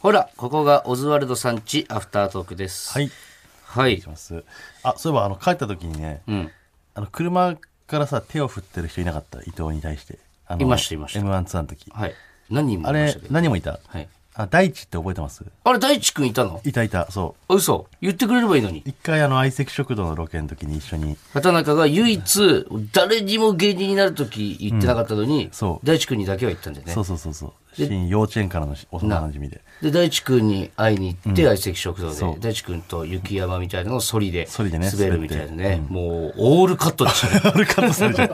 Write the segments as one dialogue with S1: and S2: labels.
S1: ほら、ここがオズワルドさんちアフタートークです。
S2: はい。
S1: はい。
S2: します。あ、そういえば、あの、帰った時にね、
S1: うん。
S2: あの、車からさ、手を振ってる人いなかった、伊藤に対して。あの
S1: いましたいました
S2: M1 ツアーの時。
S1: はい。何人も
S2: あ
S1: いまし
S2: れ
S1: たけ、ど。
S2: 何もいた
S1: はい。
S2: あ、大地って覚えてます
S1: あれ、大地くんいたの
S2: いたいた、そ
S1: あ嘘。言ってくれればいいのに
S2: う。。一回、あの、相席食堂のロケの時に一緒に、
S1: 畑中が唯一、誰にも芸人になるとき言ってなかったのに、
S2: そう
S1: 大地くんにだけは言ったんだよね
S2: そう。そうそうそう、新幼稚園からのし幼なじみで、
S1: で、大地くんに会いに行って、相席食堂
S2: そ
S1: で、
S2: う
S1: 大地くんと雪山みたいなのをソリで
S2: ソリでね
S1: 滑るみたいなね。もう、オールカットで したね。
S2: あれカットされちゃっ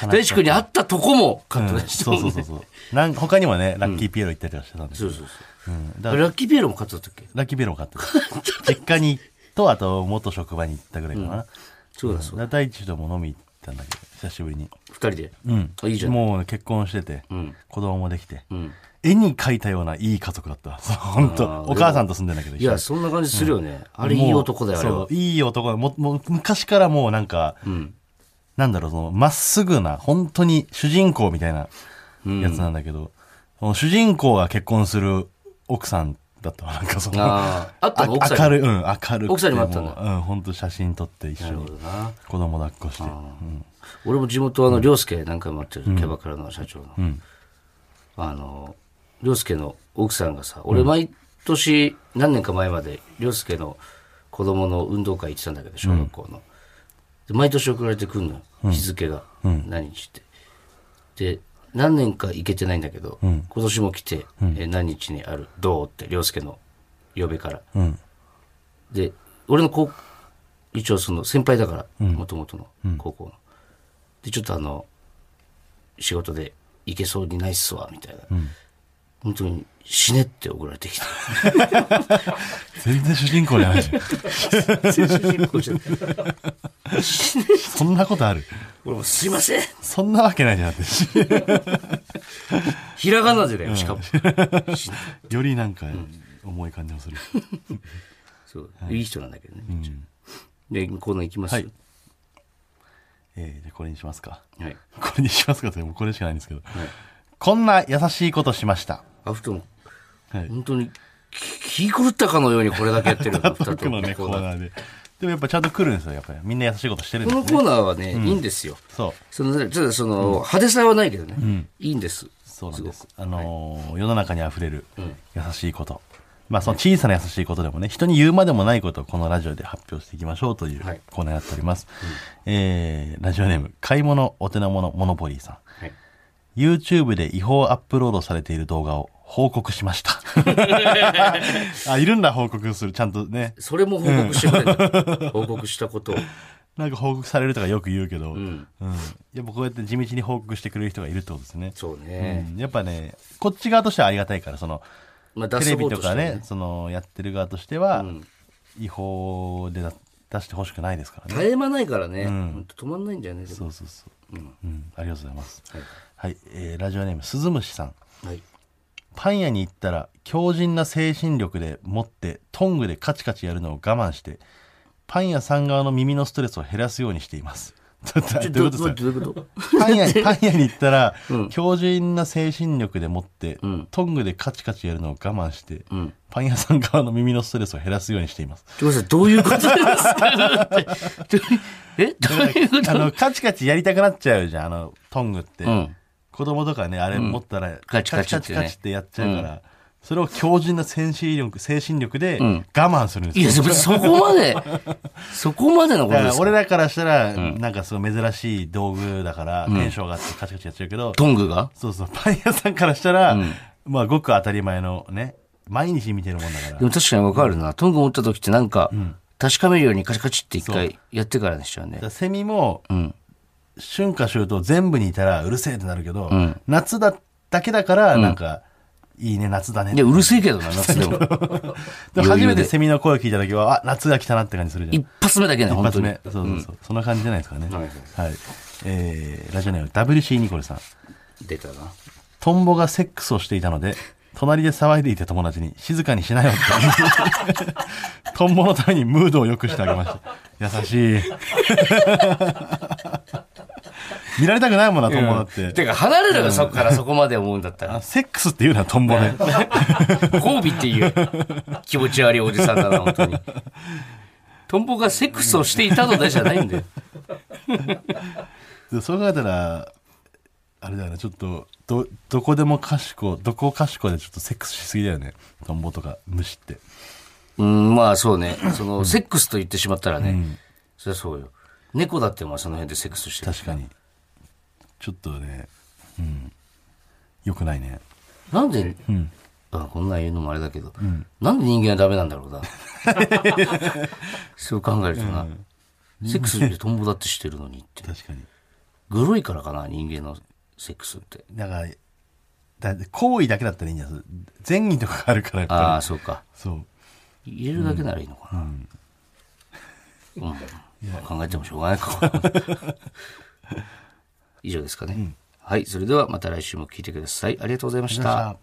S2: た。
S1: 大地くんに会ったとこもカッ
S2: う
S1: ト
S2: ん
S1: でした
S2: そ
S1: も
S2: うんそう
S1: ね。
S2: そうそう。なん他にもね、ラッキーピエロ行ったりはしてたんです
S1: そ
S2: け
S1: う
S2: ど、
S1: そうそう。
S2: うんだ
S1: あれラッキーピエロもカットだったっけ
S2: ラッキーピエロも買って た。実家に、と、あと、元職場に行ったぐらいかな。
S1: そうだそうだ。
S2: だ大地とも飲み行ったんだけど、久しぶりに。
S1: 二人で。
S2: うん
S1: あいいじゃん。
S2: もう結婚してて、
S1: ん
S2: 子供もできて、
S1: ん
S2: 絵に描いたようないい家族だった。 そう本当お母さんと住んでんだけど、
S1: い
S2: 一緒
S1: や、
S2: に
S1: そんな感じするよね。あれ、い
S2: もう
S1: い男だよ、あれ
S2: そ
S1: は
S2: う。いい男だもうもう昔からもうなんか、なんだろう、その、まっすぐな、本当に主人公みたいなやつなんだけど、その主人公が結婚する奥さんだったわ。 なんかその、
S1: ああ、あったの奥さんに。
S2: 明るい、うん、明るくて
S1: 奥さんにも会ったんだ
S2: ううん、本当写真撮って一緒
S1: なる
S2: に
S1: ほどな。
S2: 子供抱っこして。
S1: 俺も地元、あの、凌介何回も会ってる、キャバクラの社長の。
S2: ん
S1: あの、凌介の奥さんがさ、俺、毎年、何年か前まで、凌介の子供の運動会行ってたんだけど、小学校の。で毎年送られてくるのよ、日付が。何日って。で何年か行けてないんだけど、今年も来て、えー何日にあるどうって凌介の嫁から、
S2: ん
S1: で俺の高一応その先輩だからもともとの高校の、でちょっとあの仕事で行けそうにないっすわみたいな、本当に死ねって送られて きた
S2: 全然主人公じゃない じゃん。
S1: 全然主人公じゃない
S2: そんなことある
S1: 俺もすいません
S2: そんなわけないじゃんだって。
S1: ひらがなでだよしかも、
S2: よりなんか、重い感じもする。
S1: そういい人なんだけどね、でコーナー行きます、
S2: はいえー、じゃあこれにしますか。
S1: はい
S2: これにしますかって、もうこれしかないんですけど。こんな優しいことしました。
S1: アフトも
S2: はい。
S1: 本当に気狂ったかのようにこれだけやってる
S2: トークのね、コーナーで。でもやっぱちゃんと来るんですよ、やっぱり。みんな優しいことしてるん
S1: こ
S2: で
S1: の
S2: す
S1: コ
S2: ね。
S1: ーナーはね、いいんですよ
S2: そう。
S1: そのただその、派手さはないけどね、いいんです
S2: そうなんです
S1: ご。
S2: あのー世の中にあふれる優しいこと。まあその小さな優しいことでもね、人に言うまでもないことをこのラジオで発表していきましょうという
S1: はい
S2: コーナーになっております。えー、ラジオネーム、買い物お手の物モノポリーさん。
S1: くはい
S2: YouTube で違法アップロードされている動画を報告し ました。あ、いるんだ、報告する。ちゃんとね。
S1: それも報告してくれる、 報告したことを
S2: なんか報告されるとかよく言うけど、うんん。やっぱこうやって地道に報告してくれる人がいるってことですね。
S1: そう
S2: う
S1: ね、
S2: ん。やっぱね、こっち側としてはありがたいから、その、
S1: まあ
S2: テ
S1: 出
S2: レ
S1: そう
S2: ビ
S1: と
S2: と
S1: して
S2: か
S1: は
S2: ね、その、やってる側としては、
S1: ん
S2: 違法でだ出してほしくないですからね。
S1: 絶え間ないからね、ほんと止まんないんじゃねで
S2: そ
S1: も
S2: うそうそう。うん、ありがとうございます。
S1: はい
S2: はい、えーラジオネーム、鈴虫さん。
S1: はい
S2: パン屋に行ったら強靭な精神力で持ってトングでカチカチやるのを我慢してパン屋さん側の耳のストレスを減らすようにしています。どど
S1: ちょ
S2: どういうこと
S1: ど
S2: ですか
S1: どういうこと
S2: パン屋にパン屋に行ったら、
S1: ん
S2: 強靭な精神力で持って、
S1: ん
S2: トングでカチカチやるのを我慢して、
S1: ん
S2: パン屋さん側の耳のストレスを減らすようにしています。
S1: ちょっと待ってどういうことですか ってえどういうこと
S2: あのカチカチやりたくなっちゃうじゃんあのトングって、
S1: うん
S2: 子供とかねあれ持ったら、
S1: カチカチってね
S2: ってやっちゃうから、それを強靭な精神力精神力で
S1: ん
S2: 我慢するんです
S1: い
S2: よ
S1: や、そそこまで、そこまでのこ
S2: だ
S1: とで
S2: から
S1: すか
S2: 俺らからしたら、なんかすごい珍しい道具だから、テンション上がってカチカチやっちゃうけど、
S1: トングが
S2: そうそう、パン屋さんからしたら、まあごく当たり前のね、毎日見てるもんだから
S1: で。も確かにわかるな。トング持った時ってなんか、確かめるようにカチカチって一回やってからにしちゃうね
S2: だか。らセミも、春夏秋冬全部にいたらうるせえってなるけど、夏だだけだからなんか、いいね夏だね
S1: いや、うるせえけどな、夏でも。
S2: でも
S1: 余裕
S2: 初
S1: で
S2: めてセミの声を聞いた時はあ夏が来たなって感じするじゃん
S1: 一発目だけね、
S2: 一
S1: 本当
S2: 発
S1: に
S2: 目。そうそうそう、そんな感じじゃないですかね
S1: は
S2: はいい、えー、ラジオネーム WC ニコルさん
S1: 出たな。
S2: トンボがセックスをしていた ので隣で騒いでいた友達に静かにしなよって 言うトンボのために ムードを良くしてあげました優しい見られたくないもんな、トンボだって。
S1: てか、離れるがそこからそこまで思うんだったら
S2: あ、セックスって言うな、トンボ ね。
S1: 交尾っていう気持ち悪いおじさんだな、本当に。トンボがセックスをしていたのでじゃない んだよ。
S2: でそう考えたら、あれだよね、ちょっと、ど、どこでもかしこ、どこかしこでちょっとセックスしすぎだよね。トンボとか虫って。
S1: うん、まあそうね。その、セックスと言ってしまったらね。そりゃそうよ。猫だってお前その辺でセックスしてる。
S2: 確かに。ちょっとね、うん。よくないね。
S1: なんで、あこんなん言うのもあれだけど、なんで人間はダメなんだ ろうな。そう考えるとな。セックスでトンボだってしてるのにって。
S2: 確かに。
S1: グロいからかな、人間のセックスって。
S2: だから、だって行為だけだったらいいんじゃない善意とかあるから、やっ
S1: ああ、
S2: ぱ
S1: そうか。
S2: り。そう。
S1: 入れるだけならいいのかな。うん。考えてもしょうがない か。以上ですかね。はい。それではまた来週も聞いてください。ありがとうございました。